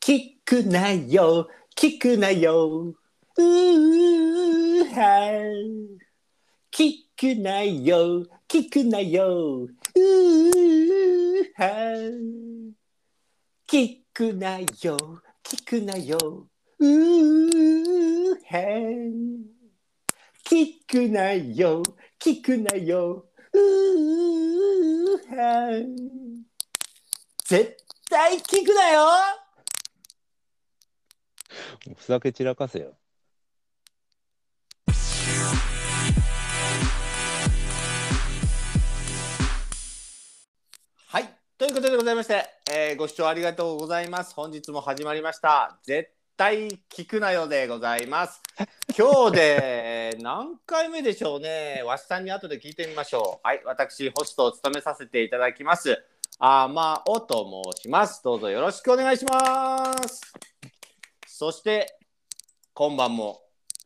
聞くなよ、聞くなよ。うーはい。聞くなよ、聞くなよ。うーはい。聞くなよ、聞くなよ。うーはい。聞くなよ、聞くなよ。うーはい。絶対聞くなよもうふざけ散らかせよ。はい。ということでございまして、えーご視聴ありがとうございます。本日も始まりました。絶対聞くなよでございます。今日でえー何回目でしょうね。わしさんに後で聞いてみましょう。はい。私、ホストを務めさせていただきます。あまおと申します。どうぞよろしくお願いします。そして、今晩も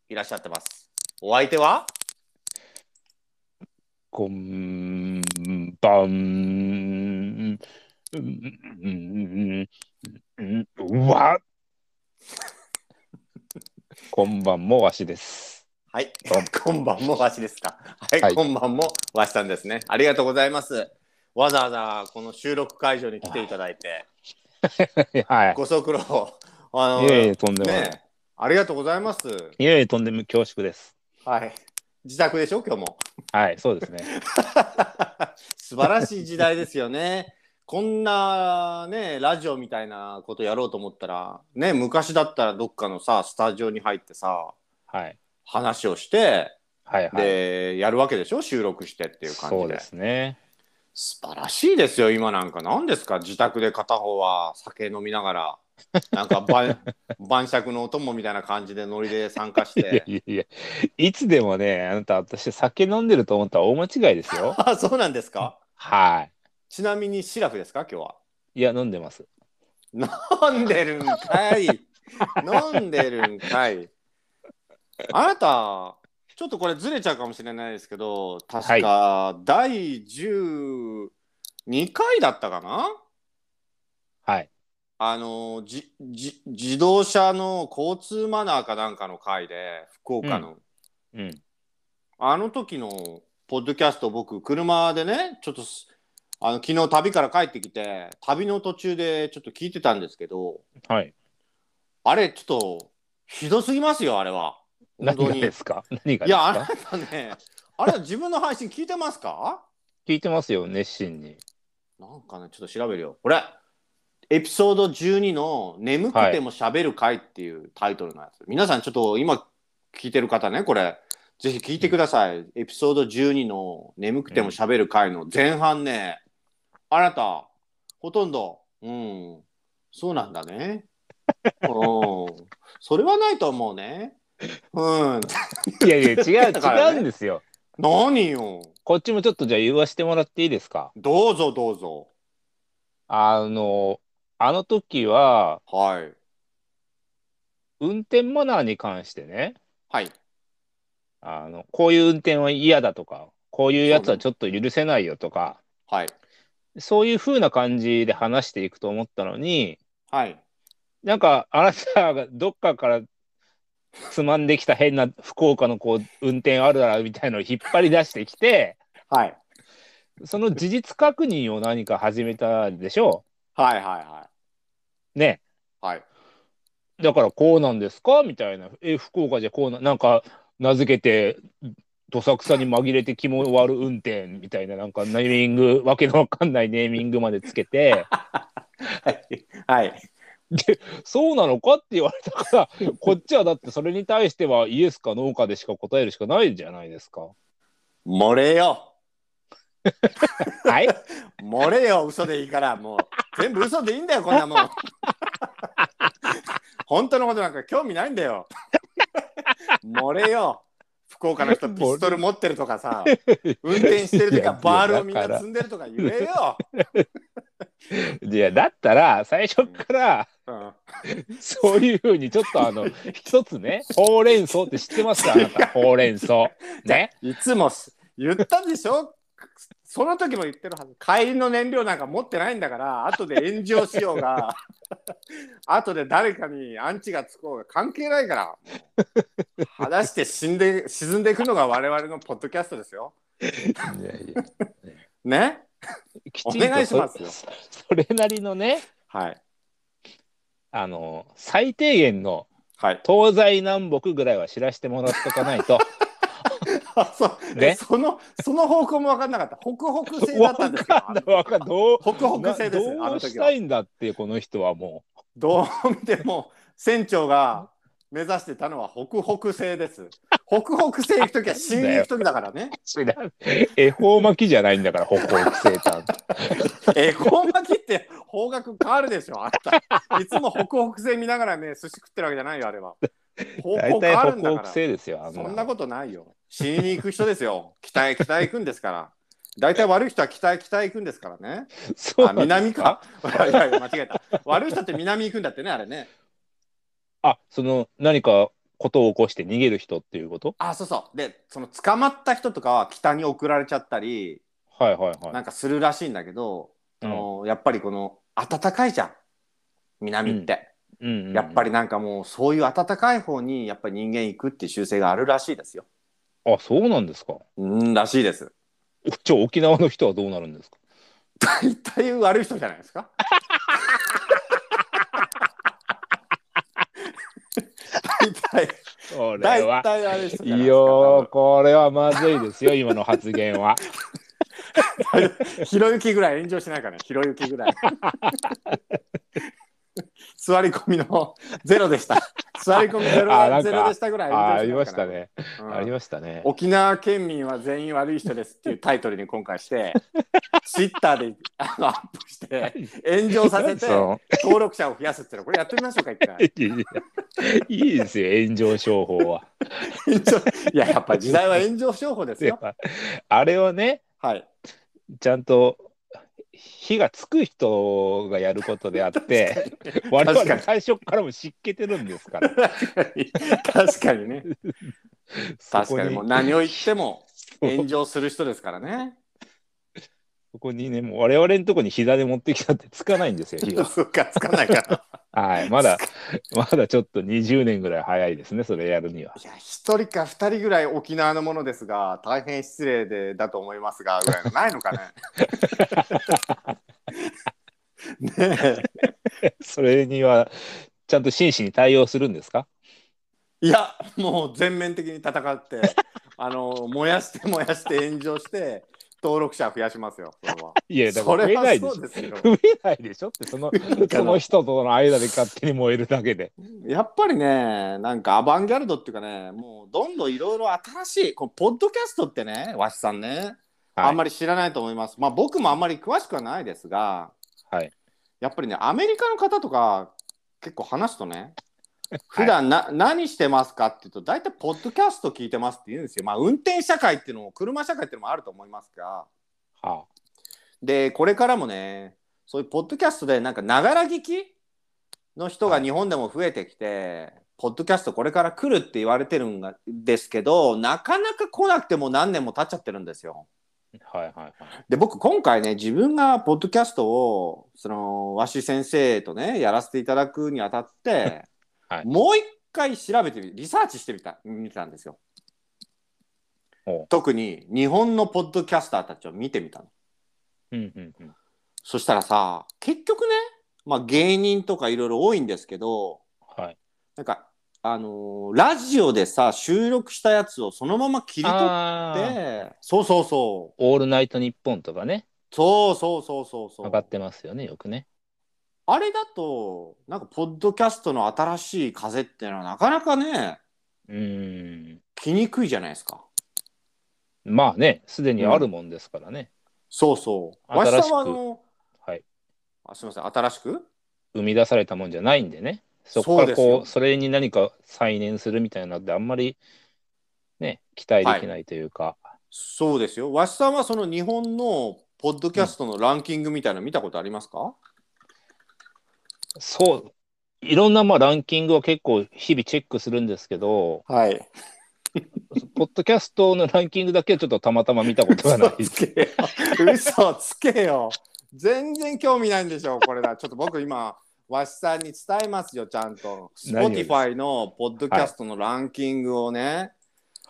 いらっしゃってます。お相手はこんばん。うんうわこんばんもわしです。はいどうも、こんばんもわしですか。はい、はいこんばんもわしさんですね。ありがとうございます。わざわざこの収録会場に来ていただいて、はい。ご足労。あの、いえいえ、とんでもない。ね、ありがとうございます。いえいえ、とんでも恐縮です。はい。自宅でしょ、今日も。はい、そうですね。素晴らしい時代ですよね。 こんなね、ラジオみたいなことやろうと思ったら、ね、昔だったらどっかのさ、スタジオに入ってさ、はい。話をして、はいはい。で、やるわけでしょ、収録してっていう感じそうですね。素晴らしいですよ今なんか何ですか自宅で片方は酒飲みながらなん か晩晩酌のお供みたいな感じでノリで参加しいやていやいや、いつでもね、あなた、私、酒飲んでると思ったら大間違いですよ。あそうなんですかはちなみにシラフですか今い。いや、飲んでます。日は飲んでるんか い飲んでるんかいあなたちょっとこれずれちゃうかもしれないですけど確か第12回だったかな、はい。あのじじ自動車の交通マナーかなんかの回で福岡の、うん。あの時のポッドキャスト僕車でねちょっとすあの昨日旅から帰ってきて旅の途中でちょっと聞いてたんですけどはい。あれちょっとひどすぎますよあれは本何当がにですか何いがですやあなかたねあれは自分の配信聞いてますか聞いてますよ、熱心に。なんかねちょっと調べるよこれエピソード12の「眠くても喋る会」っていうタイトルのやつ、皆さんちょっと今聞いてる方ねこれぜひ聞いてください、エピソード12の「眠くても喋る会」の前半ね、あなたほとんどうんそうなんだね うんそれはないと思うねうんいやいや、違う、だからね違うんですよ。何よこっちもちょっとじゃあ言わしてもらっていいですかどうぞどうぞあの、あの時は、はい運転マナーに関してね、はいあの、こういう運転は嫌だとか、こういうやつはちょっと許せないよとか、はいそういう風な感じで話していくと思ったのに、はいなんか、あなたがどっかからつまんできた変な福岡のこう、運転あるあるみたいのを引っ張り出してきて、はいその事実確認を何か始めたでしょはいはいはう。ね。いはいだからこうなんですかみたいな。え、福岡じゃこうな、なんか、名付けて、どさくさに紛れて気も悪運転みたいな、なんかネーミング、わけのわかんないネーミングまでつけ て、はい。はい。そうなのかって言われたから、こっちはだってそれに対してはイエスかノーかでしか答えるしかないじゃないですか。漏れよ。はい。漏れよ。嘘でいいから、もう。全部嘘でいいんだよ、こんなもん。 本当のことなんか興味ないんだよ。漏れよ。福岡の人ピストル持ってるとかさ、運転してるといかやバールをみんないやだから積んでるとか言えよ。 いや、だったら、最初から、うん、そういうふうに、ちょっとあの、一つね、ほうれん草って知ってますかあなた、ほうれん草。ね。いつもす言ったでしょその時も言ってるはず帰りの燃料なんか持ってないんだから後で炎上しようが後で誰かにアンチがつこうが関係ないから果たして死んで沈んでいくのが我々のポッドキャストですよ。いやいやねきおちんと願いしますよ。それなりのねはいあの最低限のはい、 東西南北ぐらいは知らせてもらっとかないとあそうねえそのその方向も分かんなかった北北西だわったかんんないですよあのわかんないどう北北西ですよあどのうし時たはいんだってこの人はもどう見ても船長が目指してたのは北北西です北北西行く時は新行く時だからねう知らん恵方巻きじゃないんだから北方規制たんえこう巻きって方角変わるでしょあんたいつも北北西見ながらね寿司食ってるわけじゃないよあれは方大向体変わ北るん方だ規から制ですよあんなそんなことないよ死にに行く人ですよ北へ北へ行くんですから大体悪い人は北へ北へ行くんですからねそうなあんです南かいやいや間違えた悪い人って南行くんだってねあれねあその何かことを起こして逃げる人っていうことあそうそうでその捕まった人とかは北に送られちゃったりはいはいはいなんかするらしいんだけど、うんあのやっぱりこの暖かいじゃん南って、うんうんやっぱりなんかもうそういう暖かい方にやっぱり人間行くっていう習性があるらしいですよあそうなんですかうんらしいですじゃあ沖縄の人はどうなるんですか大体悪い人じゃないですか大体これ大は体悪い人いじゃやないですーかこれはまずいですよ今の発言 はひろゆきぐらい炎上しないかね、ひろゆきぐらい。 座り込みのゼロでした。座り込みゼあなロんかゼロでしたぐらいあ炎あ上しりなまいした。かなねうんありましたね沖縄県民は全員悪い人ですっていうタイトルに今回 して、ツイッターであのアップして炎上させてそ登録者を増やすっていうのこれやってみましょうか一う回。いやいやいいですよ炎上商法は炎上いややっぱ時代は炎上商法ですよ。あれをねはい。ちゃんと火がつく人がやることであって我かに々最初からも湿気てるんですから確かにね。確かにもう何を言ってもそう炎上する人ですからね。そこにね、もう我々のとこに膝で持ってきたってつかないんですよ、火 が。そっかつかないから。はい、まだ、 まだちょっと20年ぐらい早いですね、それやるには。 いや一人か二人ぐらい沖縄のものですが大変失礼でだと思いますがぐらいのないのか ね。ねえそれには、ちゃんと真摯に対応するんですか いやもう全面的に戦ってあの燃やして燃やして炎上して登録者増やしますよそれは。いや、だかそら増れえなはいでそしょ。うです よ。増えないでしょって、そ の、その人との間で勝手に燃えるだけで。やっぱりねなんかアバンギャルドっていうかねもうどんどんいろいろ新しいこうポッドキャストってねわしさんね、はいあんまり知らないと思いますまあ僕もあんまり詳しくはないですがはい。やっぱりねアメリカの方とか結構話すとね普段な、何してますかっていうと大体ポッドキャスト聞いてますって言うんですよまあ運転社会っていうのも車社会っていうのもあると思いますがはでこれからもねそういうポッドキャストでなんかながら聞きの人が日本でも増えてきて、ポッドキャストこれから来るって言われてるんがですけどなかなか来なくてもう何年も経っちゃってるんですよ。あ、はいはいはい。で僕今回ね自分がポッドキャストをそのわし先生とねやらせていただくにあたって、 はいもう一回調べてみリサーチしてみた見たんですよおう。特に日本のポッドキャスターたちを見てみたの。うんうんうん。そしたらさ結局ね、まあ、芸人とかいろいろ多いんですけどはい。なんか、あのーラジオでさ収録したやつをそのまま切り取っああ、てそうそうそうオールナイトニッポンとかね、そうそうそうそうそ上がっうてますよね、よくね。あれだとなんかポッドキャストの新しい風っていうのはなかなかねうーん。来にくいじゃないですかまあね、すでにあるもんですからね。そうそう新しくわしさんはあのはい。あすみません新しく生み出されたもんじゃないんでねそこからこそうですようそれに何か再燃するみたいなのってあんまりね期待できないというか、そうですよわしさんはその日本のポッドキャストのランキングみたいなの見たことありますか、そういろんなまあランキングは結構日々チェックするんですけどはい ポッドキャストのランキングだけはちょっとたまたま見たことがない嘘つけよ嘘つけよ。全然興味ないんでしょ、これだ。ちょっと僕今、わしさんに伝えますよ、ちゃんと。何をです Spotify のポッドキャストのランキングをね、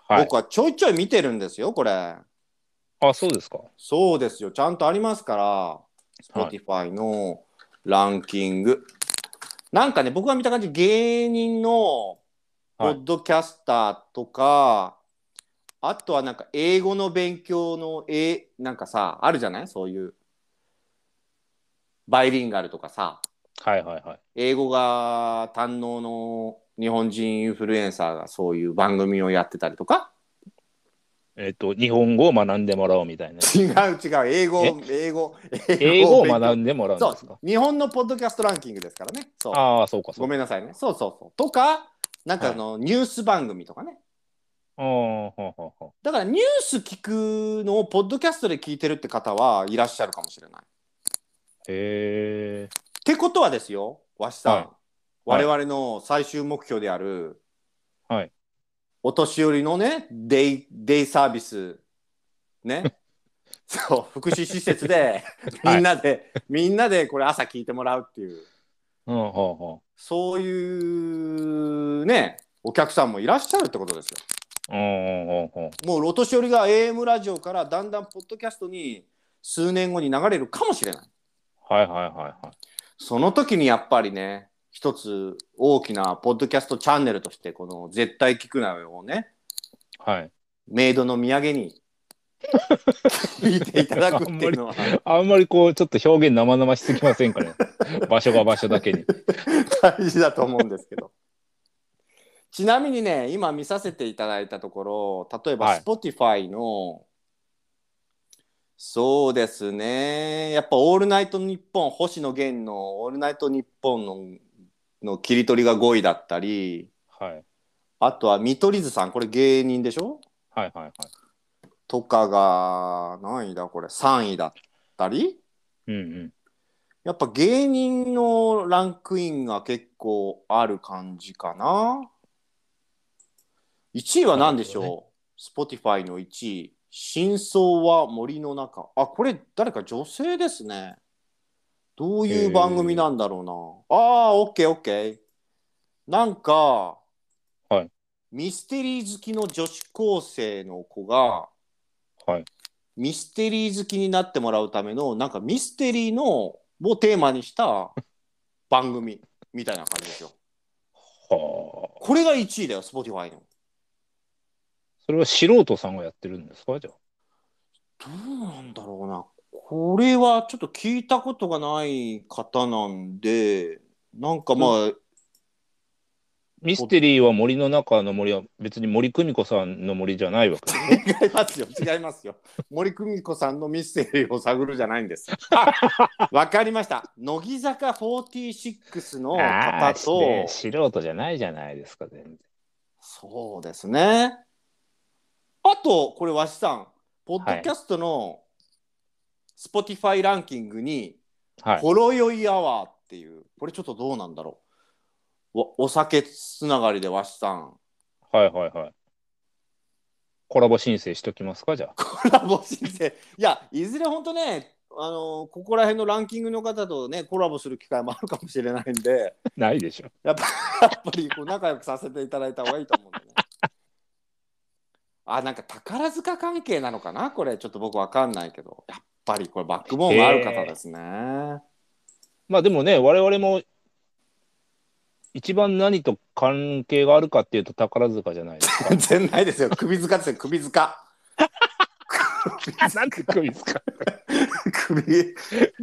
はい僕。はちょいちょい見てるんですよ、これ。あ、そうですか。そうですよ、ちゃんとありますから、はい Spotify のランキング。なんかね、僕が見た感じ、芸人のポッドキャスターとか、あとはなんか英語の勉強の、えなんかさ、あるじゃないそういう。バイリンガルとかさ、はいはいはい。英語が堪能の日本人インフルエンサーがそういう番組をやってたりとか。えっ、と、日本語を学んでもらおうみたいな。違う違う、英語、 英語、英語を勉強学んでもらうんそですうか。日本のポッドキャストランキングですからね。そうああ、そうか、そごうか。めんなさいね。そうそうそう。とか、なんかあの、ニュース番組とかね。ああ、ほうほうほだからニュース聞くのをポッドキャストで聞いてるって方はいらっしゃるかもしれない。っう。へえ。てことはですよ、わしさん。はい我々の最終目標である、はいお年寄りのね、デイデイサービス、ね。 そう、福祉施設 で、みんなで、みんなでこれ朝聞いてもらうっていう。うん、ほうほそういうね、お客さんもいらっしゃるってことですよ。う。うん、ほうほう。もうお年寄りが AM ラジオからだんだんポッドキャストに数年後に流れるかもしれない。はいはいはいはい。その時にやっぱりね、一つ大きなポッドキャストチャンネルとして、この絶対聞くなよをね、はい。メイドの土産に 聞いていただくっていうのは、あんまりこう、ちょっと表現生々しすぎませんか ね。場所が場所だけに。大事だと思うんで すけど。ちなみにね、今見させていただいたところ、例えはばい Spotify の、そうですね、やっぱ「オールナイトニッポン」星野源の「オールナイトニッポンの」の切り取りが5位だったり、はい。あとは見取り図さん、これ芸人でしょはいはいはい。とかが何位だこれ3位だったりうんうん。やっぱ芸人のランクインが結構ある感じかな。1位は何でしなるょう ?Spotify の1位。真相は森の中。あ、これ誰か女性ですね。どういう番組なんだろうな。ああ、オッケーオッケー。なんか、はいミステリー好きの女子高生の子が、はい。ミステリー好きになってもらうためのなんかミステリーのをテーマにした番組みたいな感じですよ。はあ。これが1位だよ、Spotify の。それは素人さんがやってるんですかじゃどうなんだろうな。これはちょっと聞いたことがない方なんで、なんかまあ、あ。ミステリーは森の中の森は別に森久美子さんの森じゃないわけですね。違いますよ、違いますよ。森久美子さんのミステリーを探るじゃないんです。わかりました。乃木坂46の あ方あねと、素人じゃないじゃないですか、全然。そうですね。あと、これ、わしさん、ポッドキャストの Spotify ランキングに、はい。ほろ酔いアワーっていう、これちょっとどうなんだろう。おお酒つながりでわしさん、はいはいはい。コラボ申請しときますか、じゃあ。コラボ申請。いや、いずれ本当ね、あのここら辺のランキングの方とね、コラボする機会もあるかもしれないんで、 ないでしょ。やっぱやっぱりこう仲良くさせていただいた方がいいと思うんでね。あ、なんか宝塚関係なのかなこれ、ちょっと僕わかんないけど、やっぱりこれバックボーンがある方ですね。まあでもね、我々も一番何と関係があるかっていうと宝塚じゃないですか。全然ないですよ。首塚ですよ、首塚。 なんて首ですか首、ぶ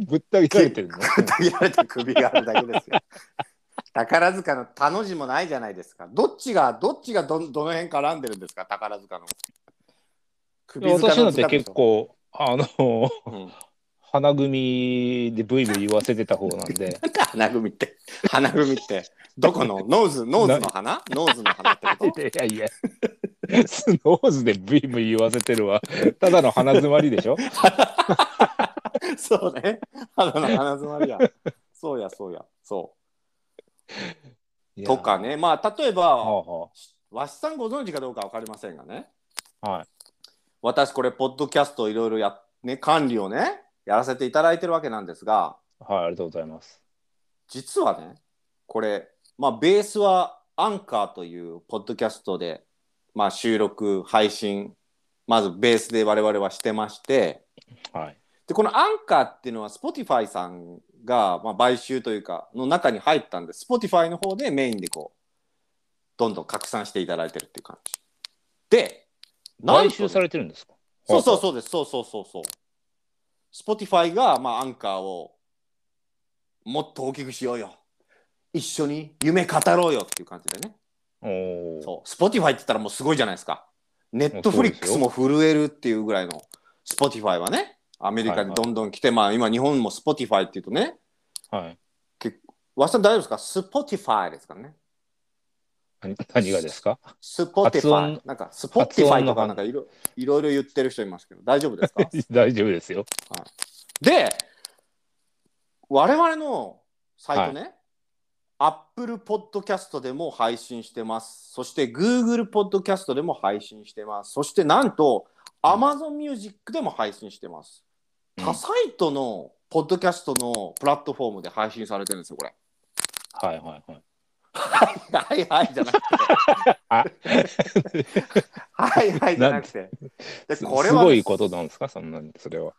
ぶった切られてるのった切られた首があるだけですよ。宝塚の田の字もないじゃないですか。どっちが、どっちがど、どの辺絡んでるんですか、宝塚の。首私なんて塚と結構、あの、うん花組でブイブイ言わせてた方なんで、なんだ花組って花組ってどこ のノーズノーズの 花ノーズの花ってこいやいや、 スノーズでブイブイ言わせてるわ。ただの鼻詰まりでしょと そうね花の花詰まり やそうやそうやそうとか。いねまあ例えやはばあはわしさんご存知かどうか分かりませんがねあはい。私これポッドキャストいろいろやね、管理をね、やらせていただいてるわけなんですが、はい、ありがとうございます。実はね、これ、まあ、ベースはアンカーというポッドキャストで、まあ、収録、配信、まずベースで我々はしてまして、はい。でこのアンカーっていうのは Spotify さんが、まあ、買収というかの中に入ったんで Spotify の方でメインでこうどんどん拡散していただいてるっていう感じで買収されれてるんですかそうそうそうですそうそうそうそう Spotify が、まあ、アンカーをもっと大きくしようよ一緒に夢語ろうよっていう感じでねう。おーそう Spotify って言ったらもうすごいじゃないですかそうです Netflix よも震えるっていうぐらいの Spotify はねアメリカにどんどん来て、まあ今日本も Spotify っていうとねはい。わしさん大丈夫ですか ?Spotify ですからね。何何がですか発 Spotify 音。なんか発音 Spotify のと方かなんかいろいろいろ言ってる人いますけど、大丈夫で すか大丈夫ですよ。で、我々のサイトね、Apple Podcast でも配信してます。そして Google Podcast でも配信してます。そしてなんとうん Amazon Music でも配信してます。うん他サイトのポッドキャストのプラットフォームで配信されてるんですよ、これ。はいはいはい。 はいはいじゃなくて。あはいはいじゃなくて。ですこれすはごいことなんですかそんなに、それは。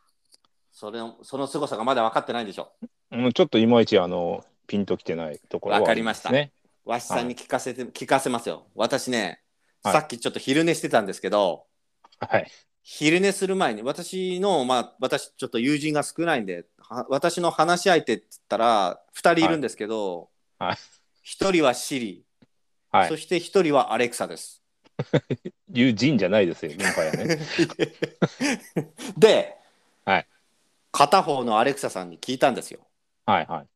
それのその凄さがまだ分かってないんでしょうん、ちょっといまいちあのピンときてないところはわかりましたありう。わしさんに聞かせて、聞かせますよ。私ね、はいさっきちょっと昼寝してたんですけど、ますね。はい。昼寝する前に私のまあ私ちょっと友人が少ないんでは私の話し相手って言ったら2人いるんですけど、はい一1人はシリ、はそい。して1人はアレクサです。友人じゃないですよ、もはや ね。で、はい片方のアレクサさんに聞いたんですよ。はいはい。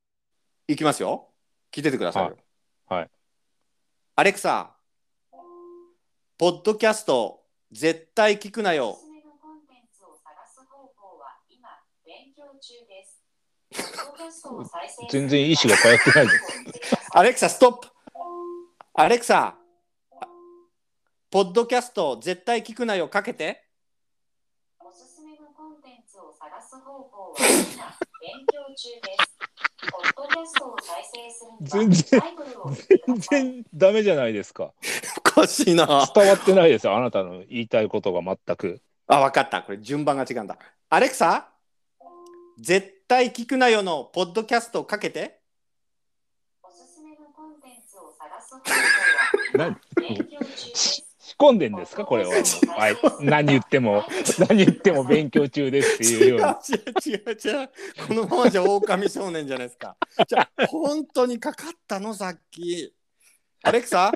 いきますよ。聞いててくださいよ。はいはいアレクサ、ポッドキャスト絶対聞くなよ。コンテンツを探す方法は今勉強中です。ポッドキャストを再生する 全然意思が通ってないです。アレクサ、ストップアレクサ、ポッドキャスト絶対聞くなよかけて。おすすめのコンテンツを探す方法は今勉強中です。ポッドキャストを再生する全然にはタイトルを見てくだ全さい。然ダメじゃないですか。おかしいな。伝わってないですよ、あなたの言いたいことが全く。あ、わかった。これ順番が違うんだ。アレクサ、絶対聞くなよのポッドキャストをかけて。おすすめのコンテンツを探す方法は今勉強中ですし。仕込んでんですか、これは。はい。何言っても、何言っても勉強中ですっていうよ違う違ううな。違う違う。このままじゃ狼少年じゃないで すか。じゃあ本当にかかったのさっき。アレクサ、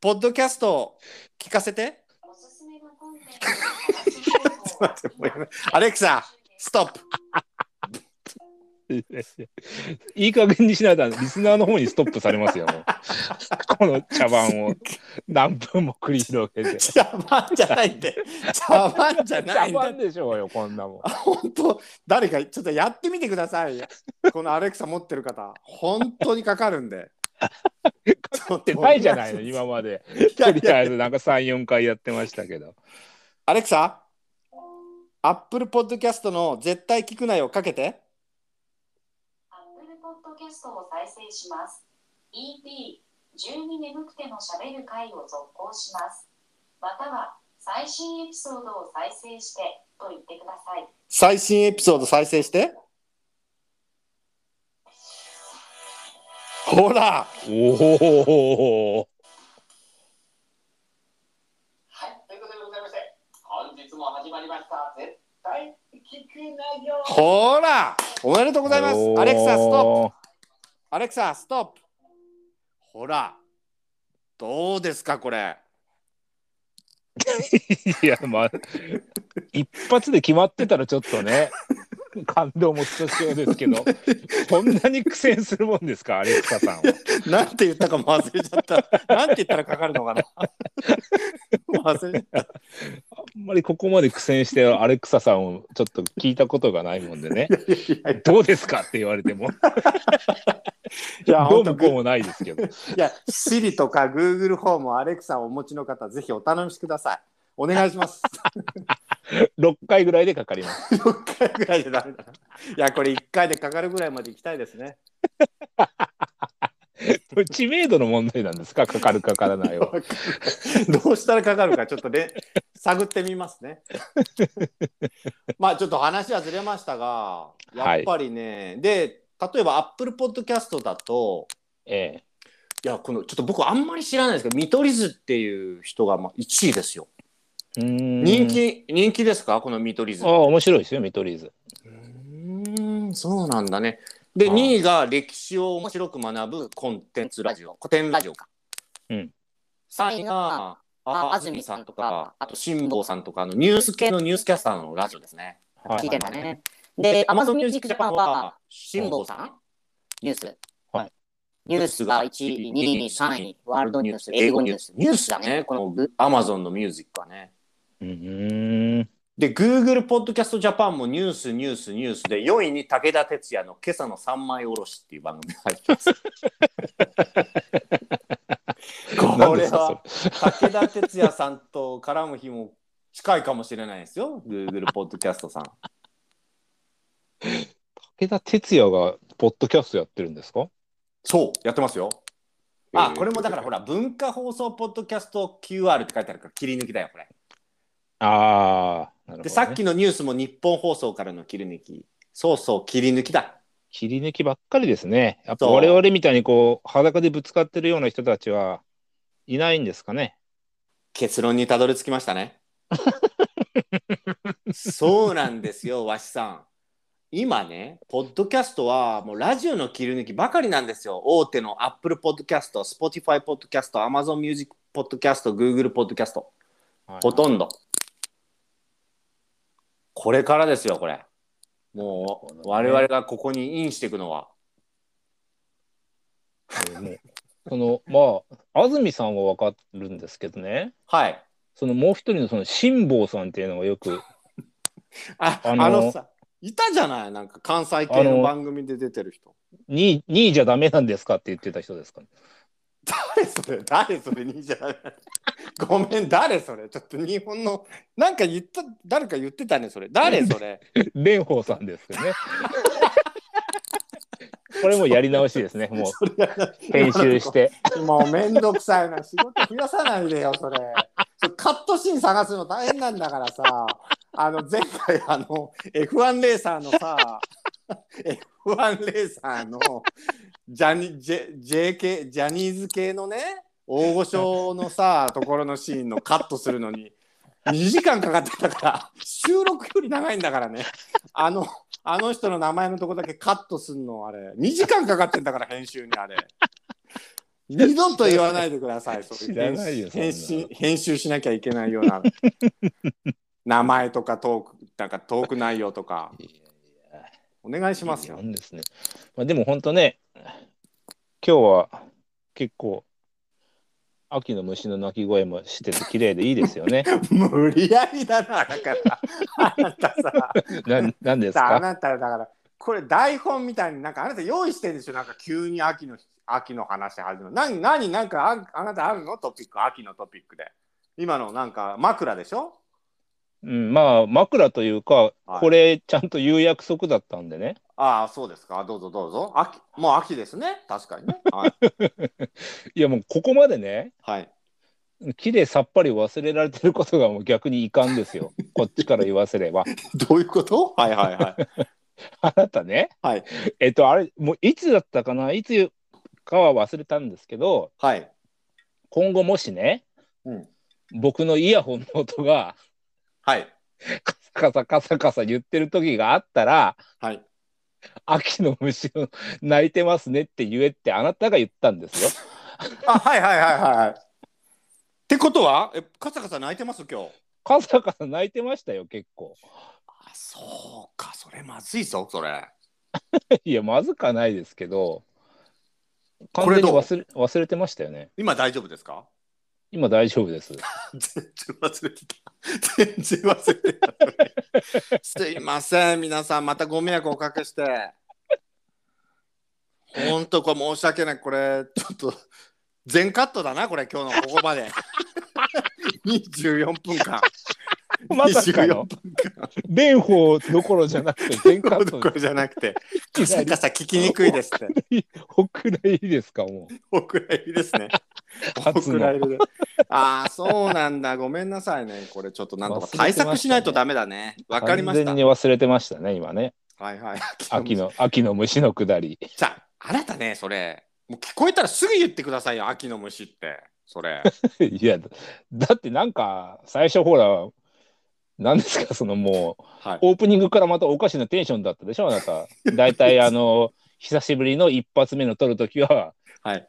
ポッドキャスト聞かせて。おすすめのコンテンツを 探す方法は今勉強中です。アレクサ、ストップ。いい加減にしないと、リスナーの方にストップされますよ、もうこの茶番を何分も繰り広げて。茶番じゃないんで。茶番じゃな茶いんで番。でしょうよ、こんなもん。本当誰かちょっとやってみてください。このアレクサ持ってる方、本当にかかるんで。かってないじゃないの、今まで。とりあえず、なんか3、4回やってましたけど。アレクサ、アップルポッドキャストの絶対聞くなよかけて。 Apple Podcast を再生します。EP12 眠くてもしゃべる会を続行します。または最新エピソードを再生してと言ってください。最新エピソード再生して。ほら、おお。はい、ということでございまして、本日も始まりました。絶対聞くなよ。ほら、おめでとうございます。アレクサ、ストップ。アレクサ、ストップ。ほら、どうですか、これ。いや、まあ、一発で決まってたらちょっとね、感動もひとしおですけど、こんなに苦戦するもんですか、アレクサさんは。なんて言ったかも忘れちゃった。なんて言ったらかかるのかな。忘れちゃっあんまりここまで苦戦してるアレクサさんをちょっと聞いたことがないもんでね、た。いやいどうですかって言われても、や、ど本うも当こうもないですけど。いや、Siri とか Google ホーム、Alexa をお持ちの方、ぜひお楽しみください。お願いします。 6回ぐらいでかかります。 6回ぐらいじゃダメだな。 いや、これ1回でかかるぐらいまで行きたいですね。これ知名度の問題なんですかかかるかからない は。どうしたらかかるか、ちょっとで探ってみますね。まあ、ちょっと話はずれましたが、やっぱりね、で、例えば Apple Podcast だと、ええ。いや、この、ちょっと僕あんまり知らないんですけど、見取り図っていう人がまあ1位ですよ。人人気、人気ですかこの見取り図。ああ、面白いですよ、見取り図。うんそうなんだね。で、はい2位が歴史を面白く学ぶコンテンツラジオ、古典ラジオか。うん3位が、あ安住さんとか、あと辛坊さんとかのニュース系のニュースキャスターのラジオですね。は聞いいてんだね。で、Amazon Music Japan は、辛辛坊坊ささんんニュース。はいニュースが1位、2位、3位、ワールドニュース、英語ニュース。ニュースだね、このアマゾンのミュージックはね。うーん。で、Google Podcast Japan もニュース、ニュース、ニュースで、4位に武田鉄矢の今朝の三枚おろしっていう番組が入って ます。こ何でれすかそれは。武田鉄矢さんと絡む日も近いかもしれないですよ、Google ポッドキャストさん。武田鉄矢がポッドキャストやってるんですかそう、やってますよ。あえ、ーこれもだからほら、文化放送ポッドキャスト QR って書いてあるから、切り抜きだよ、これ。ああ、なるほど、ね。で、さっきのニュースも日本放送からの切り抜き。そうそう、切り抜きだ。切り抜きばっかりですね。やっぱそう我々みたいにこう、裸でぶつかってるような人たちはいないんですかね。結論にたどり着きましたね。そうなんですよ、わしさん。今ね、ポッドキャストはもうラジオの切り抜きばかりなんですよ。大手の Apple Podcast、Spotify Podcast、Amazon Music Podcast、Google Podcast、はいほとんど。これからですよ、これ。もう我々がここにインしていくのは。えーもうそのまあ安住さんは分かるんですけどねはい。そのもう一人のその辛坊さんっていうのがよくあああののさ、いたじゃない、なんか関西系の番組で出てる人。 2位じゃダメなんですかって言ってた人ですかね。誰それ誰それにじゃないごめん誰それちょっと日本のなんか言った誰か言ってたねそれ誰それ蓮舫さん ですよね。これもうやり直しですね。もそれう編集して。もうめんどくさいな仕事増やさないでよそれそれカットシーン探すの大変なんだからさあの前回あの F1 レーサーのさ F1 レーサーのジャニジェ JK ジャニーズ系のね大御所のさところのシーンのカットするのに2時間かかってたから収録より長いんだからねあのあの人の名前のとこだけカットすんのあれ2時間かかってんだから編集にあれ二度と言わないでくださいそうい知うらないよ編そんな集編集しなきゃいけないよう な名前とかトークなんかトーク内容とかお願いしますよなんですね。まあでも本当ね、今日は結構秋の虫の鳴き声もしてて綺麗でいいですよ ね。無理やりだなだ からあなたさななんですさか。あなただからこれ台本みたいになんかあなた用意してんでしょなんか急に秋の秋の話始める何何なんかああなたあるのトピック秋のトピックで今のなんか枕でしょうん、まあ枕というか、はいこれちゃんと言う約束だったんでね。ああそうですかどうぞどうぞ秋もう秋ですね確かにねはい、いやもうここまでね、 はい、綺麗さっぱり忘れられてることがもう逆に遺憾ですよ。こっちから言わせれば。どういうことはいはいはいあなたね、はいえっとあれもういつだったかないつかは忘れたんですけどはい今後もしね、うん僕のイヤホンの音が はいカサカサカサカサ言ってる時があったらはい「秋の虫を泣いてますね」って言えってあなたが言ったんですよ。あはいはいはいはいはいってことはえカサカサ泣いてます今日カサカサ泣いてましたよ結構。 あそうかそれまずいぞそれいやまずかないですけど完これ全にどう忘れ忘れてましたよね。今大丈夫ですか今大丈夫です。 全然忘れてた。全然忘れてた。 すいません、皆さん、またご迷惑をおかけして。本当、これ申し訳ない。これ、ちょっと、全カットだな、これ、今日のここまで。24分間。まさかの24分蓮舫どころじゃな くて全カ間ットどこでろじゃなく て、カサカサ聞きにくいですって。お蔵入りですかもうお蔵入りですね。お初蔵の入りで。ああ、そうなんだ。ごめんなさいね。これちょっとなんとか対策しないとダメだね。わかりまし完た全。に忘れてましたね今ねはいはい。秋。の秋の虫のくだり じゃあ、あなたね、それ。もう聞こえたらすぐ言ってくださいよ。秋の虫って。それ。いやだだってなんか最初ほら何ですかそのもうはい。オープニングからまたおかしなテンションだったでしょあなた大体あの久しぶりの一発目の撮るときは、 はい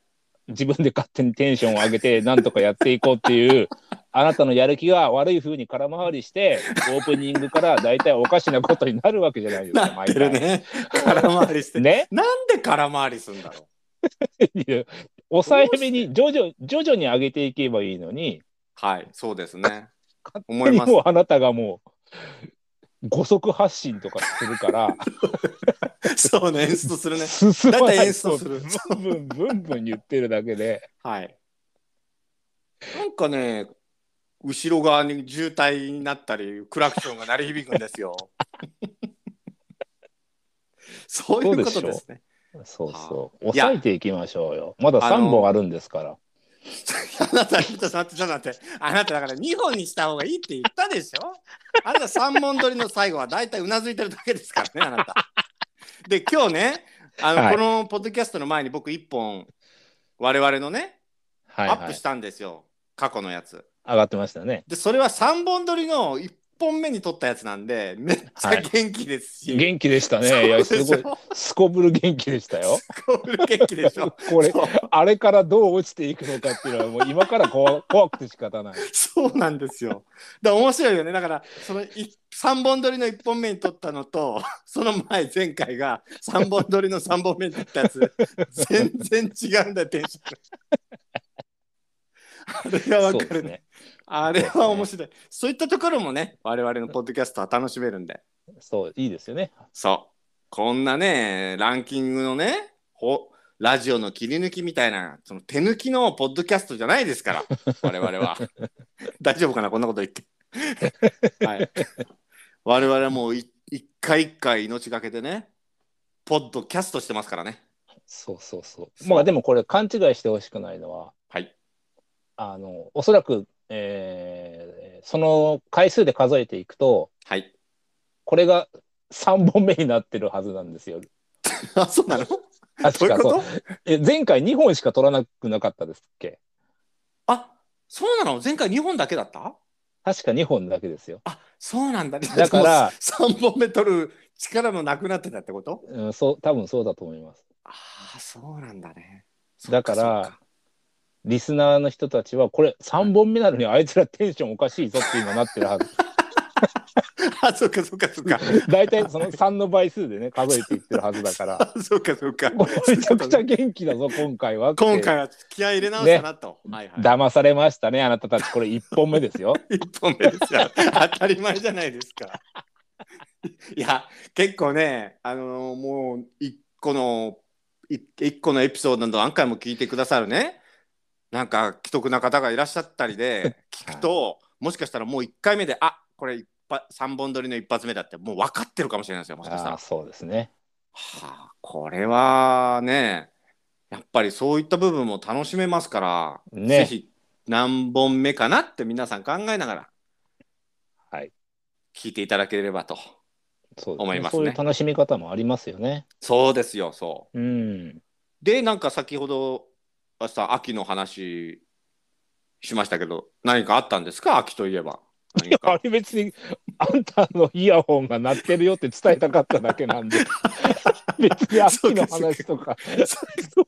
自分で勝手にテンションを上げてなんとかやっていこうっていうあなたのやる気が悪い風に空回りしてオープニングから大体おかしなことになるわけじゃないですかなってるね。空回りして。毎回ねなんで空回りするんだろう。いや抑えめに徐々徐々に上げていけばいいのにはい、そうで すね。勝思いにますもうあなたがもう五足発進とかするからそうね、演出 するね。進まだいなたいい演出をするそうブンブンブンブン言ってるだけではい。なんかね、後ろ側に渋滞になったり、クラクションが鳴り響くんです よ。そういうことですね。そう そういや抑えていきましょうよまだあの3本あるんですから あなた、ちょっと待って、ちょっと待って。あなた、だから2本にした方がいいって言ったでしょあなた3本取りの最後は大体うなずいてるだけですからね、あなた。で、今日ね、あの、はいこのポッドキャストの前に僕1本、我々のね、はい、アッはプいし、たんですよ、過去のやつ。上がってましたねでそれは3本撮りの1本目に撮ったやつなんでめっちゃ元気ですし、元気でしたそうねいやですすよごいすこぶる元気でしたよこれ元気でしょこれそうあれからどう落ちていくのかっていうのはもう今から怖怖くて仕方ないそうなんですよだから面白いよねだからその3本撮りの1本目に撮ったのとその前前回が3本撮りの3本目に撮ったやつ全然違うんだよテンションあれはわかそうるですねあれは面白いそういったところもね我々のポッドキャストは楽しめるんでそういいですよねそう。こんなね、ランキングのね、ほラジオの切り抜きみたいな、その手抜きのポッドキャストじゃないで すから、我々は。大丈夫かな、こんなこと言って。はい。我々はもうい一回一回命がけでね、ポッドキャストしてますからね。そうそうそう。そうまあでもこれ勘違いしてほしくないのは、はい。あの、おそらく、えーその回数で数えていくと、はい。これが3本目になってるはずなんです よ。あ、そうなのどう確いうかそうことえ前回2本しか取らなくなかったですっけあ、そうなの前回2本だけだった確か2本だけですよ。あ、そうなんだ。だ から3本目取る力もなくなってたってことうん、そう、多分そうだと思います。ああ、そうなんだね。だからそっそっリスナーの人たちは、これ3本目なのにあいつらテンションおかしいぞって今なってるは ず。あ、そっかそっかそっか。 大体その3の倍数でね、数えていってるはずだから。あそっかそっか。これ めちゃくちゃそういうことね元気だぞ、今回はって。今回は気合い入れ直したなと。はいはい。騙されましたね、あなたたち。 これ1本目ですよ。一本目ですよ。当たり前じゃないですか。いや、結構ね、あのーもう一個のい一個のエピソードなど何回も聞いてくださるね。なんか既得な方がいらっしゃったりで 聞くと、もしかしたらもう一回目で、あ、これ一発三本撮りの一発目だってもう分かってるかもしれないですよ。もしかしたあらあ、。そうですね。はあ、これはね、やっぱりそういった部分も楽しめますから、ねぜひ何本目かなって皆さん考えながらはい。聞いていただければと。そう思いますねそういう楽しみ方もありますよね。そうですよ、そうん。う。で、なんか先ほど、明日秋の話しましたけど、何かあったんですか、秋と いえば。何あかれ別に、あんたのイヤホンが鳴ってるよって伝えたかっただけ なんで、別に秋の話とか、そういうこ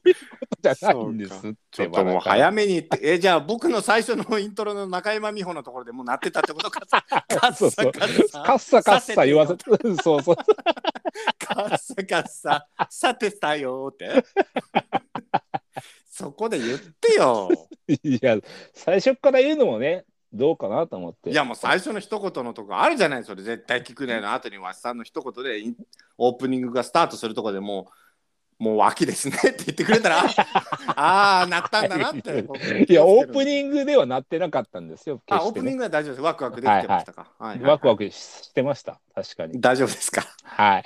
とじゃないんですって。ちょっともう早め。めに言って、 え、じゃあ僕の最初のイントロの中山美穂のところでもう鳴ってたってことか さ。カッそうサそうカッサカッサカッサ言わせて、 そうそう。カッサカッサ、 さてさよーって。そこで言って よ。いや、最初から言うのもね、どうかなと思って。いやもう最初の一言のとこあるじゃないそれ絶対聞くねの後にわっさんの一言でイン オープニングがスタートするとこでもうもう秋ですねって言ってくれたらあああ、なったんだなって。いや、オープング。ニングではなってなかったんですよ。決あ、オしーてプニね。ングは大丈夫です。ワクワクできてましたか。はいはいワクワクしてました。確かに。大丈夫ですか。はい。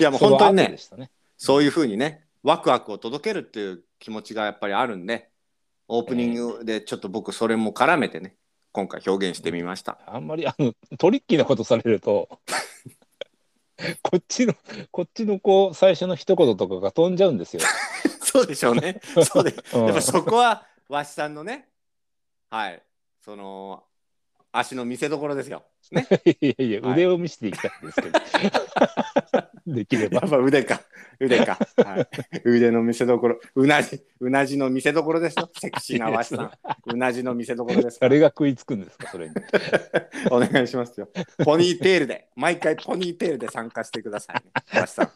いや、もう本当にその後ねで、したね。そういうふうにね、ワクワクを届けるっていう気持ちがやっぱりあるんで、オープニングでちょっと僕それも絡めてね、今回表現してみました。あんまりあのトリッキーなことされると こっちのこっちのこう最初の一言とかが飛んじゃうんですよ。 そうでしょうね。 そうで、うんやっぱそこはわしさんのね、はい、その足の見せ所ですよ。 いやいやはい腕を見せていきたいんですけど、 できれやばっぱ腕か、腕か、はい、腕の見せ所、うなじ、うなじの見せ所ですよ。セクシーなわしさん、うなじの見せ所です。誰が食いつくんですかそれに。お願いしますよ。ポニーテールで、毎回ポニーテールで参加してください、ね。わしさん。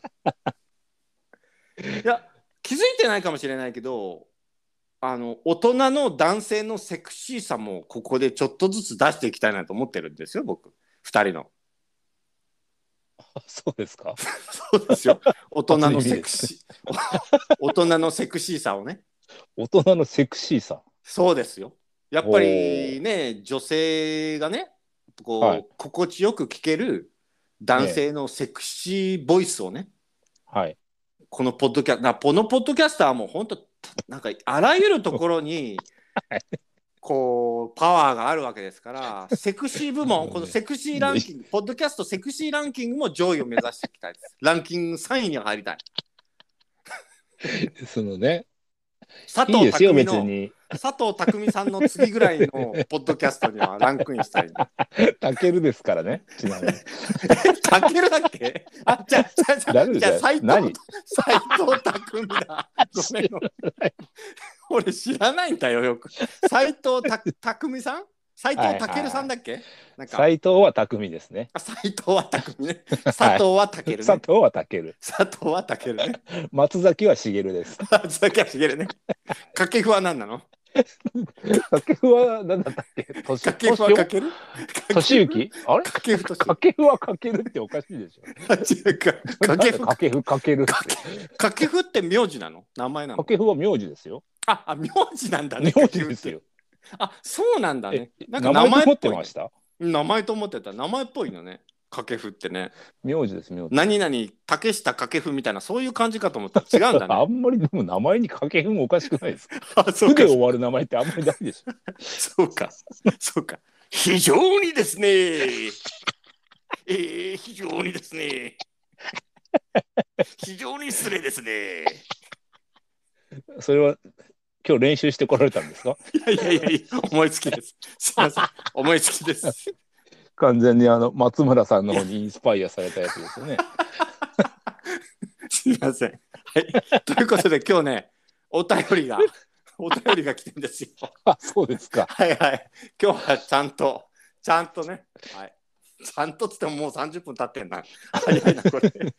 いや、気づいてないかもしれないけど、あの大人の男性のセクシーさもここでちょっとずつ出していきたいなと思ってるんですよ、僕。二人の。あそうですか。そうですよ。大人のセクシー。 お大人のセクシーさをね。大人のセクシーさ。そうですよ。やっぱりね、女性がね、こう、はい心地よく聞ける男性のセクシーボイスをね、 はい。このポッドキャスト、このポッドキャスターはもう本当、なんかあらゆるところ に、こう、パワーがあるわけで すから、セクシー部門、このセクシーランキング、ポッドキャストセクシーランキングも上位を目指していきたいです。ランキング3位には入りたい。そのね、佐いい藤ですよ匠別の、 に。佐藤匠さんの次ぐらいのポッドキャストにはランクインしたい。タケルですからね。ちなみに。タケルだっけあ、じゃあ、じゃあじゃあ、誰じゃあ、斎藤、何斎藤匠だ。ごめんごめん。俺知らないんだよ、よく。斎藤た匠さん斎藤健さんだっけ、なんか、斎藤は匠ですね。あ斎藤は 匠ね。佐藤は健ね。佐藤はタケル。佐藤は健ね。松崎は茂 です。佐々木は茂ね。掛布は何なの掛布は何だったっけとし掛布はかける俊之あれ掛布とし掛布はかけるっておかしいでしょ。あ違うかなん掛で布掛布かけるって。掛布って名字なの名前なの掛布は名字ですよ。あ、あ名字なんだ名ね。字ですよ。あそうなんだね。なんか名前持ぽいってました。名前と思ってた。名前っぽいのね。掛布ってね。名字です、名字。何々、竹下掛布みたいな、そういう感じかと思ったら違うんだあね。んまりでも名前に掛布もおかしくないですか。 あ、そすうかで。終わる名前ってあんまりないでしょ。そうか。そうか。非常にですね。えー、非常にですね。非常に失礼ですね。 それは今日練習してこられたんですかいやいやいやいや、思いつきです。すいません。思いつきです。 完全にあの松村さんの方にインスパイアされたやつですよね。すいません。はい。ということで、今日ね、お便りが、お便りが来てんですよ。 あ、そうですか。はいはい。今日はちゃんと、ちゃんとね。はい。ちゃんとつってももう30分経ってんな。早いな、これ。今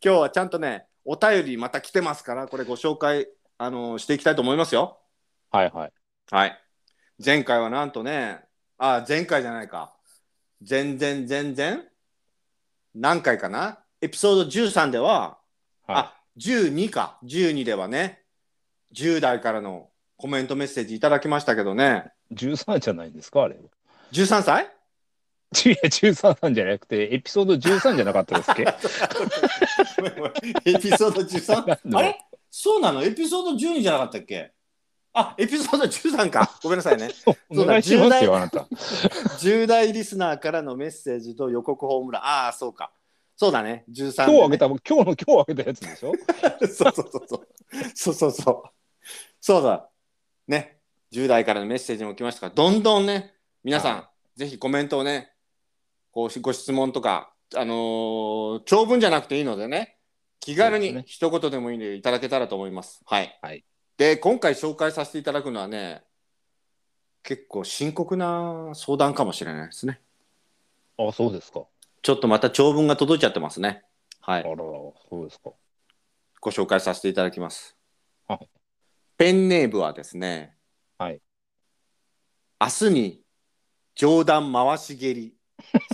日はちゃんとね、お便りまた来てますから、これご紹介、あのしていきたいと思いますよ。はいはい。はい。前回はなんとね、あ、前回じゃないか。全然全然何回かなエピソード13では、はあ、12か。12ではね、10代からのコメントメッセージいただきましたけどね。い。13じゃないんですかあれ。 13歳いや13なんじゃなくて、エピソード13じゃなかったですっ けごめんご めんエピソード 13? あなんれそうなのエピソード12じゃなかったっけあエピソード13か。ごめんなさい ね。お願いしますよ、あなた。 10代リスナーからのメッセージと予告ホームラン。ああ、そうか。そうだね。13、今日あげた、今日の今日あげたやつでしょた。 そうそうそうそう。そうそうそう。そうだ。ね。10代からのメッセージも来ましたから、どんどんね、皆さん、ぜひコメントをね、こうしご質問とか、あのー長文じゃなくていいのでね、気軽そうにですね一言でもいいのでいただけたらと思います。はい。はいで、今回紹介させていただくのはね、結構深刻な相談かもしれないですね。 あ、そうですか。ちょっとまた長文が届いちゃってますね。はあらら、い。そうですか。ご紹介させていただきます。はいペンネームはですね、はい。明日に冗談回し蹴り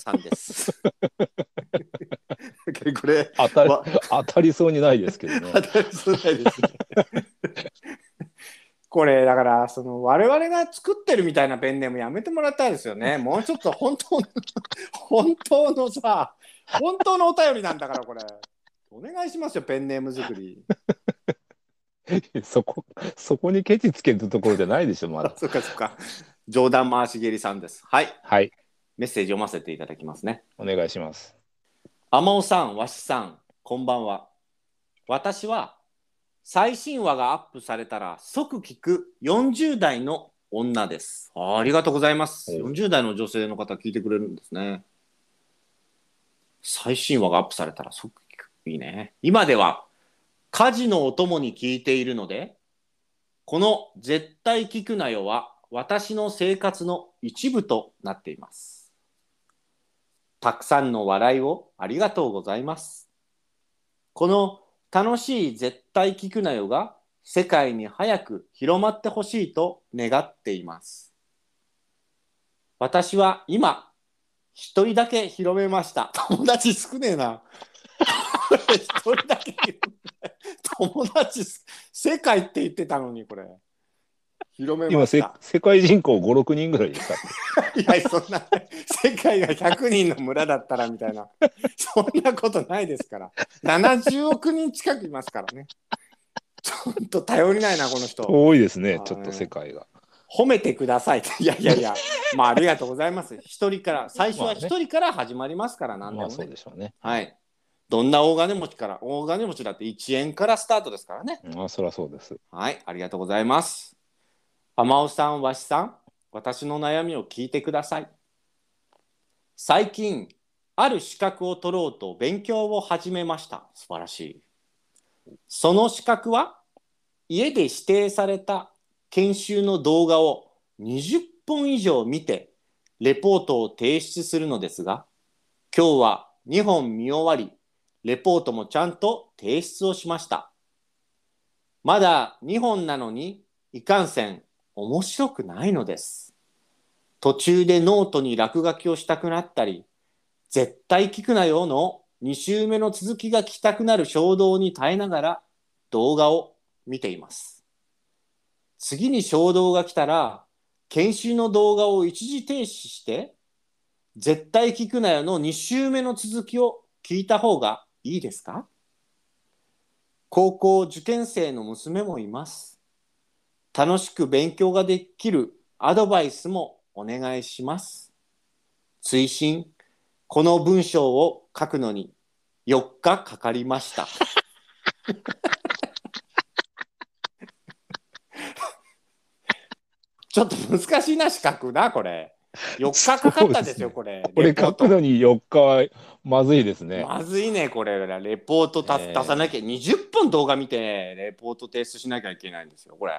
さん です。これ、当たりわ、当たりそうにないですけどね当。たりそうないですね。これだからその我々が作ってるみたいなペンネームやめてもらいたいですよね。もうちょっと本当の本当のさ本当のお便りなんだからこれお願いしますよペンネーム作り。そこ、そこにケチつけるところじゃないでしょ、まあだ。そっかそっか冗談回し蹴りさんです。はいはい、メッセージ読ませていただきますね。お願いします。天尾さん、わしさん、こんばんは。私は最新話がアップされたら即聞く40代の女です。あーありがとうございます。おう40代の女性の方聞いてくれるんですね。最新話がアップされたら即聞く。いいね。今では家事のお供に聞いているので、この絶対聞くなよは私の生活の一部となっています。たくさんの笑いをありがとうございます。この楽しい絶対聞くなよが世界に早く広まってほしいと願っています。私は今、一人だけ広めました。 友達少ねえな。一人だけ広め友達す、世界って言ってたのに、これ。広めま今した。せ、世界人口5、6人ぐらいですか。い やそんな世界が100人の村だったらみたいな そんなことないですから70億人近くいますからねちょっと頼りないなこの人多いですあねー、ちょっと世界が。褒めてくださいっていやいやいやまあありがとうございます一人から最初は一人から始まりますから何でまもあ、そうねでしょうね。はいどんな大金持ちから大金持ちだって1円からスタートですからねまあ、そりゃそうです。はい、ありがとうございます。天尾さん、わしさん、私の悩みを聞いてください。最近、ある資格を取ろうと勉強を始めました。素晴らしい。その資格は、家で指定された研修の動画を20本以上見て、レポートを提出するのですが、今日は2本見終わり、レポートもちゃんと提出をしました。まだ2本なのにいかんせん面白くないのです。途中でノートに落書きをしたくなったり、絶対聞くなよの2週目の続きが聞きたくなる衝動に耐えながら動画を見ています。次に衝動が来たら、研修の動画を一時停止して、絶対聞くなよの2週目の続きを聞いた方がいいですか高校受験生の娘もいます。楽しく勉強ができるアドバイスもお願いします。追伸、この文章を書くのに4日かかりました。 ちょっと難しいな、資格な、これ。4日かかったですよ、これ。これレポー書トくのに4日はまずいですね。まずいね、これ、レポートたえ出ーさなきゃ、20本動画見て、レポート提出しなきゃいけないんですよ、これ。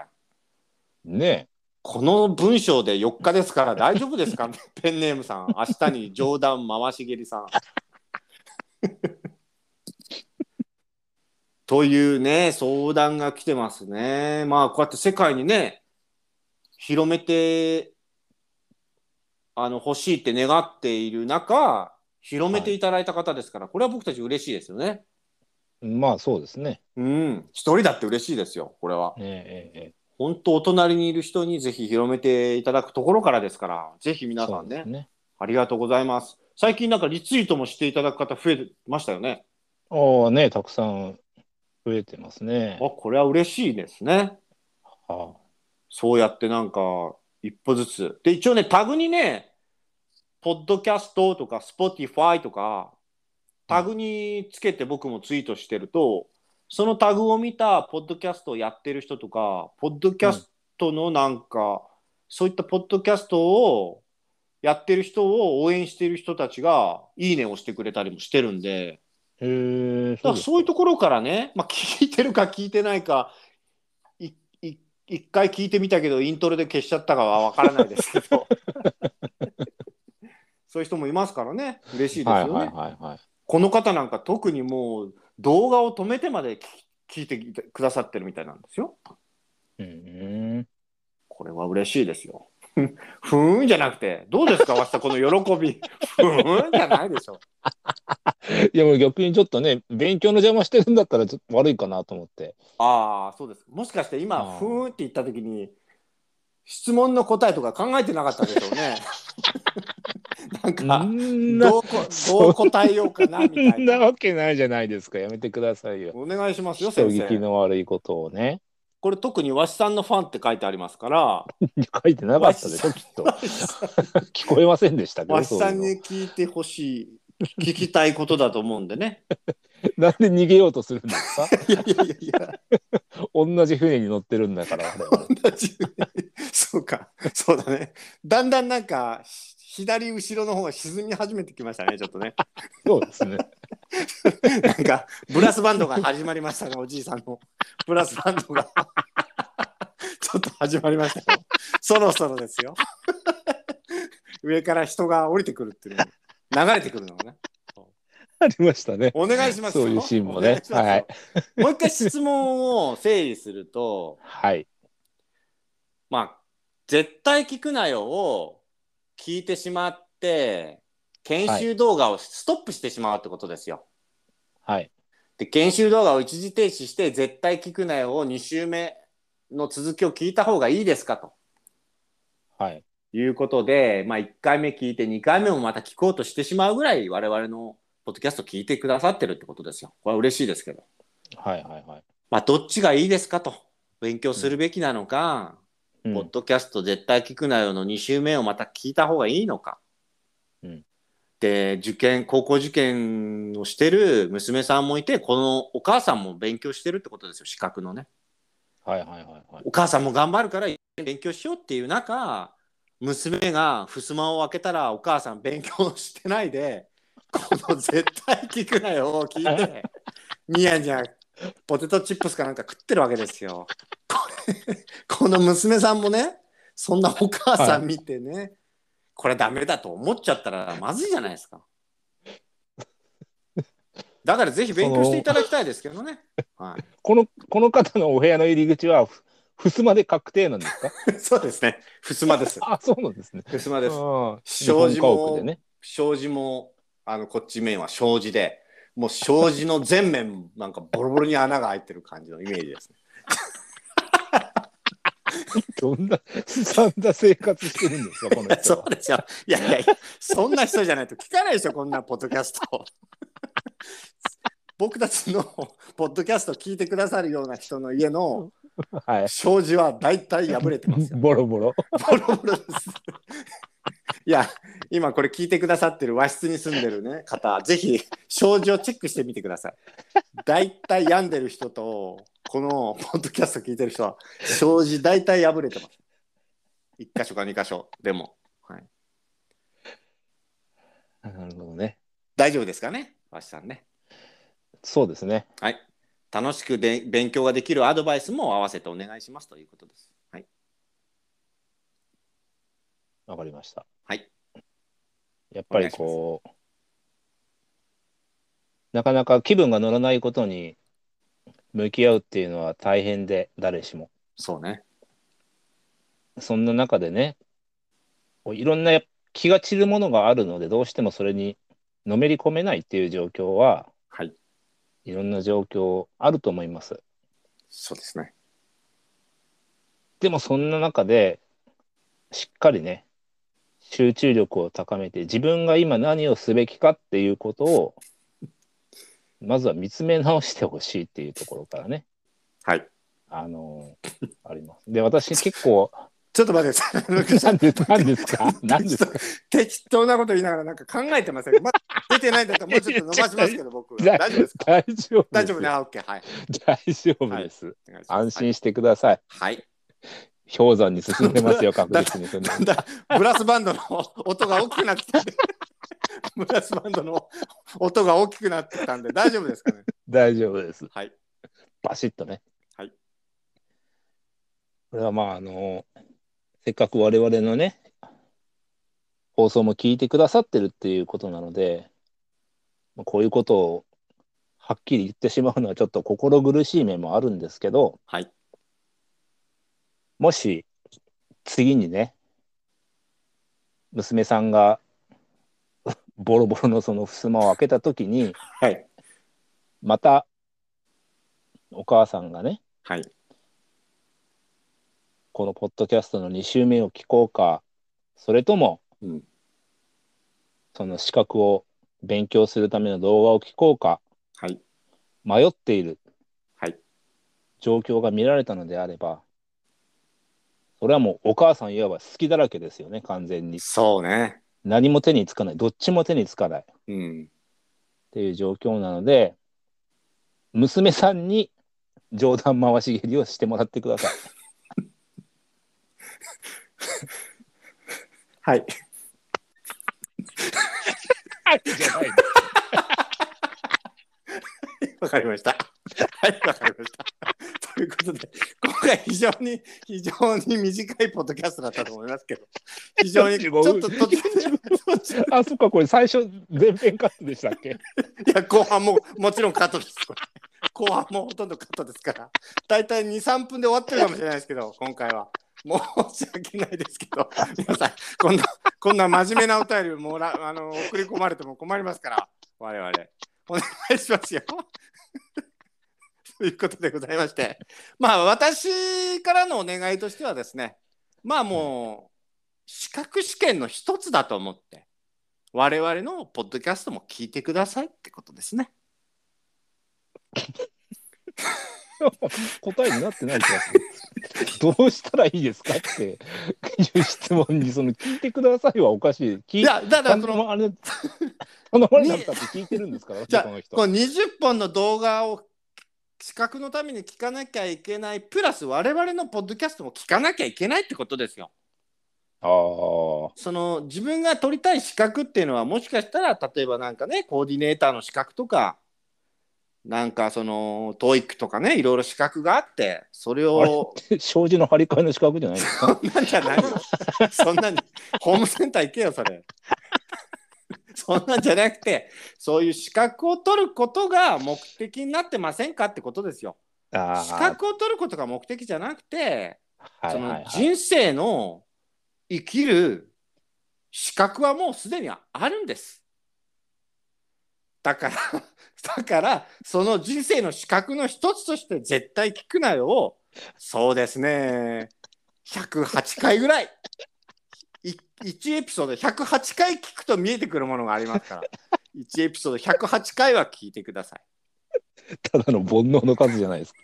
ねこの文章で4日ですから大丈夫ですか ペンネームさん。明日に冗談回し蹴りさん。 というね、相談が来てますね。まあ、こうやって世界にね、広めて、あの、欲しいって願っている中、広めていただいた方ですから、これは僕たち嬉しいですよね。まあ、そうですね。うん。一人だって嬉しいですよ、これは。えええええ本当お隣にいる人にぜひ広めていただくところからですから、ぜひえ皆さんそうでねす、ね。ありがとうございます。最近なんかリツイートもしていただく方増えましたよね。ああ、ね、たくさん増えてますねあ、。これは嬉しいですね。はそうやってなんか一歩ずつ。で、一応ね、タグにね、ポッドキャストとか Spotify とか、タグにつけて僕もツイートしてると、そのタグを見たポッドキャストをやってる人とか、ポッドキャストのなんか、そういったポッドキャストをやってる人を応援してる人たちが、いいねをしてくれたりもしてるんで、あへえ、そうだからですそういうところからね、まあ、聞いてるか聞いてないかいい一回聞いてみたけどイントロで消しちゃったかは分からないです けどそういう人もいますからね嬉しいですよね、はいはいはいはい。この方なんか特にもう動画を止めてまで聞聞いてきてくださってるみたいなんですようんうんこれは嬉しいですよふーんじゃなくて、どうですか、わしさん、この喜び。ふーんじゃないでしょ。いやもう逆にちょっとね勉強の邪魔してるんだったらちょっと悪いかなと思ってああ、そうです。もしかしてあ今、ーふーんって言ったときに、質問の答えとか考えてなかったでしょう ね。なんか、んなどうこどう答えようかな、みたそいんなな。わけないじゃないですかやめてくださいよお願いしますよ、人先聞き生。の悪いことをね これ特にわしさんのファンって書いてあります から、書いてなかったでしょきっと聞こえませんでしたけわどしそうさいんうのに聞いてほしい、聞きたいことだと思うんでね。なんで逃げようとするんですか いやいやいやいや。同じ船に乗ってるんだからあれはそうか、そうだね。だんだんなんか、し左後ろの方が沈み始めてきましたね、ちょっとね。そうですねなんか、ブラスバンドが始まりましたね、おじいさんの。ブラスバンドが。 ちょっと始まりましたよ。そろそろですよ。上から人が降りてくるっていうの流れてくるのがね。ありましたねお願いしますよそういうシーンもお願ねいしますよはいもう一回質問を整理すると、はいまあ、絶対聞くなよを聞いてしまって、研修動画をストップしてしまうってことですよ。はいで、研修動画を一時停止して、絶対聞くなよを2週目の続きを聞いた方がいいですかとはいいうことで、まあ、1回目聞いて2回目もまた聞こうとしてしまうぐらい、我々のポッドキャスト聞いてくださってるってことですよ。これは嬉しいですけど。はいはいはいまあ、どっちがいいですかと。勉強するべきなのか、うんポッドキャスト絶対聞くなよの2週目をまた聞いた方がいいのか。うんで、受験、高校受験をしてる娘さんもいて、このお母さんも勉強してるってことですよ、資格のね。はいはいはいはいお母さんも頑張るから勉強しようっていう中、娘が襖を開けたらお母さん勉強してないで、この絶対聞くなよを聞いて、ニヤニヤポテトチップスかなんか食ってるわけですよ。これこの娘さんもね、そんなお母さん見てね、これダメだと思っちゃったらまずいじゃないですか。だからぜひ勉強していただきたいですけどね。はいこのこの方のお部屋の入り口はふ襖で確定なんですか そうですね。襖です。あそうなんですね襖です。うん障子日も本家屋でね障子も、あの、こっち面は障子で、もう障子の全面、なんかボロボロに穴が開いてる感じのイメージですね。どんな すさんだ生活してるんですかこの人 そはうでしょ。いやいやいや、そんな人じゃないと聞かないでしょ、こんなポッドキャスト。 僕たちのポッドキャスト聞いてくださるような人の家のはい障子は大体破れてますよ。ボロボロボロボロです。いや、今これ聞いてくださってる和室に住んでるね方、ぜひ障子をチェックしてみてください。大体病んでる人と、このポッドキャスト聞いてる人は、障子大体破れてます。一箇所か二箇所、でも。 なるほどね大丈夫ですかね、和室さんね。そうですね楽しくで勉強ができるアドバイスも合わせてお願いしますということです。はい。わかりましたはいやっぱりこうなかなか気分が乗らないことに向き合うっていうのは大変で誰しもそうね。そんな中でねこういろんな気が散るものがあるのでどうしてもそれにのめり込めないっていう状況ははい。いろんな状況あると思いますそうですね。でもそんな中でしっかりね集中力を高めて自分が今何をすべきかっていうことをまずは見つめ直してほしいっていうところからねはい。あのーあります。で私結 構ちょっと待って ください。何で何です か何ですか適当なこと言いながらなんか考えてません。ま出てないんだったらもうちょっと伸ばしますけど僕 は。大丈夫ですか大丈夫大丈夫ね。ですあ、オッケー。はい。大丈夫です、お願いします安心してください、はい。氷山に進んでますよ確だ実にそんなだんだんブラスバンドの音が大きくなってき たんで。ブラスバンドの音が大きくなってきたんで大丈夫ですかね。大丈夫ですはい。バシッとね。はい。これはまあ、あの、せっかく我々のね、放送も聞いてくださってるっていうことなので、まあこういうことをはっきり言ってしまうのはちょっと心苦しい面もあるんですけど、はい。もし次にね、娘さんが ボロボロのその襖を開けた時にはい。またお母さんがねはい。このポッドキャストの2週目を聞こうかそれとも、うんその資格を勉強するための動画を聞こうかはい。迷っている、はい状況が見られたのであればそれはもうお母さんいわば好きだらけですよね完全にそうね。何も手につかないどっちも手につかないっうん。ていう状況なので娘さんに冗談回し蹴りをしてもらってくだ さいはい。はいじゃない わかりました。はい、わかりました。ということで、今回非常に、非常に短いポッドキャストだったと思いますけど、非常に、ちょっと途中で、途中 あそっかこれ最初全編カットでしたっけ いや、後半も、もちろんカットです。これ後半もほとんどカットですから、大体2、3分で終わってるかもしれないですけど、今回は。申し訳ないですけど、皆さん、こんな、こんな真面目なお便りをもら、あの、送り込まれても困りますから、我々。お願いしますよ。ということでございまして、まあ、私からのお願いとしてはですね、まあもう、資格試験の一つだと思って、我々のポッドキャストも聞いてくださいってことですね。答えになってない気がする。どうしたらいいですかっていう質問に、その聞いてくださいはおかしい。聞いいや、だか頼らその、ま れ、頼まれなかったって聞いてるんですから、じゃあこの人。この20本の動画を資格のために聞かなきゃいけない、プラス我々のポッドキャストも聞かなきゃいけないってことですよ。ああ、その自分が取りたい資格っていうのはもしかしたら例えばなんかねコーディネーターの資格とかなんかその TOEIC とかねいろいろ資格があってそれを 障子の張り替えの資格じゃ ないですか。そんなんじゃないよそんなにホームセンター行けよそれ そんなんじゃなくてそういう資格を取ることが目的になってませんかってことですよあ資格を取ることが目的じゃなくてあ、はそいはのいはい。人生の生きる資格はもうすでにあるんです。だから だからその人生の資格の一つとして絶対聞くなよをそうですね108回ぐらい1エピソード108回聞くと見えてくるものがありますから1エピソード108回は聞いてください。 ただの煩悩の数じゃない ですか。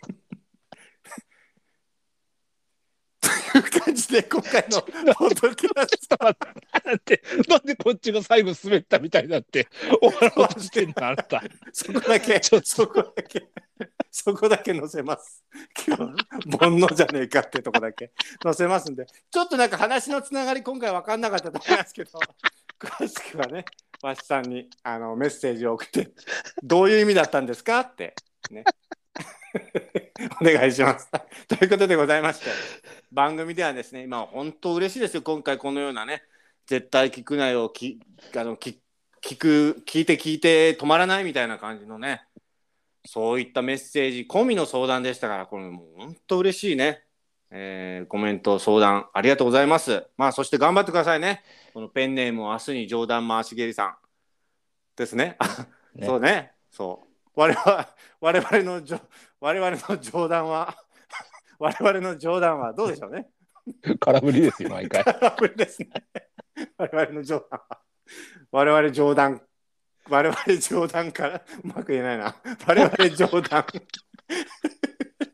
という感じで今回のポッドキャストなんで、なんでこっちが最後滑ったみたいになって、終わろうとしてんの、あなた。そこだけ、そこだけ、そこだけ載せます。今日、煩悩じゃねえかってとこだけ載せますんで、ちょっとなんか話のつながり、今回分かんなかったと思いますけど、詳しくはね、わしさんにあのメッセージを送って、どういう意味だったんですかって、ね。 お願いします。ということでございまして、番組ではですね、今、本当嬉しいですよ、今回このようなね、絶対聞くなよ、きあの聞聞く聞いて聞いて止まらないみたいな感じのねそういったメッセージ込みの相談でしたからこれもう本当嬉しいね、えーコメント相談ありがとうございますまあそして頑張ってくださいねこのペンネームを明日に冗談回し蹴りさんですねあね そうねそう我々我々のじょ我々の冗談は 我々の冗談はどうでしょうね 空振りですよ、毎回。空振りですね。 我々の冗談は。我々冗談。我々冗談から、うまく言えないな。我々冗談。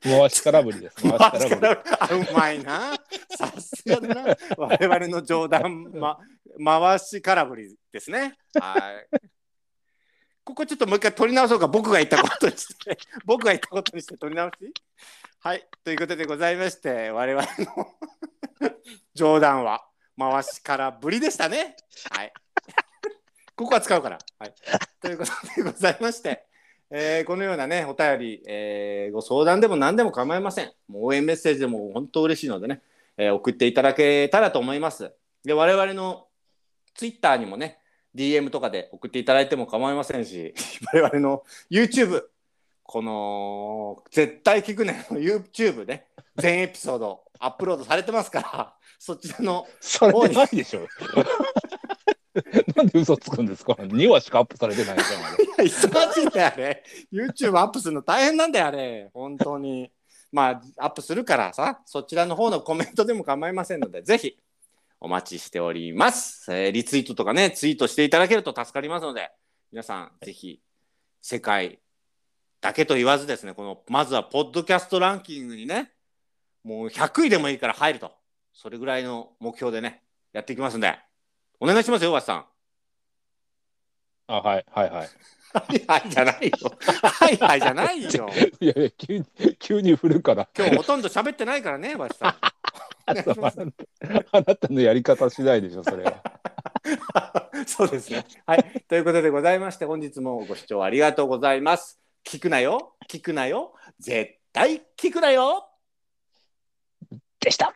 回し空振りです。 回し空振り。あ、うまいな。さすがだな。我々の冗談、ま、回し空振りですね。はい。ここちょっともう一回取り直そうか。僕が言ったことにして、僕が言ったことにして取り直しはい。ということでございまして、我々の冗談は回し空振りでしたね。はい。ここは使うから。はい。ということでございまして。えーこのようなね、お便り、えーご相談でも何でも構いません。もう応援メッセージでも本当嬉しいのでね、えー送っていただけたらと思います。で、我々のツイッターにもね、DM とかで送っていただいても構いませんし、 我々の YouTube、この、絶対聞くねの YouTube ね、全エピソードアップロードされてますから、そちらのそれでないでしょ。 なんで嘘つくんですか ?2 話しかアップされてないじゃんあれ。いや 忙しいんだよあれ YouTube アップするの大変なんだよあれ本当にまあアップするからさそちらの方のコメントでも構いませんのでぜひお待ちしております、えーリツイートとかねツイートしていただけると助かりますので皆さんぜひ世界だけと言わずですねこのまずはポッドキャストランキングにねもう100位でもいいから入るとそれぐらいの目標でねやっていきますんでお願いしますよ、わしさん。あ、はい、はい、はい。はいはいじゃないよ。はいはいじゃないよ。いやいや、急に、急に振るから。今日ほとんど喋ってないからね、わしさん。 あなたのやり方次第でしょ、それは。 そうですね。はい。ということでございまして、本日もご視聴ありがとうございます。聞くなよ、聞くなよ、絶対聞くなよ。でした。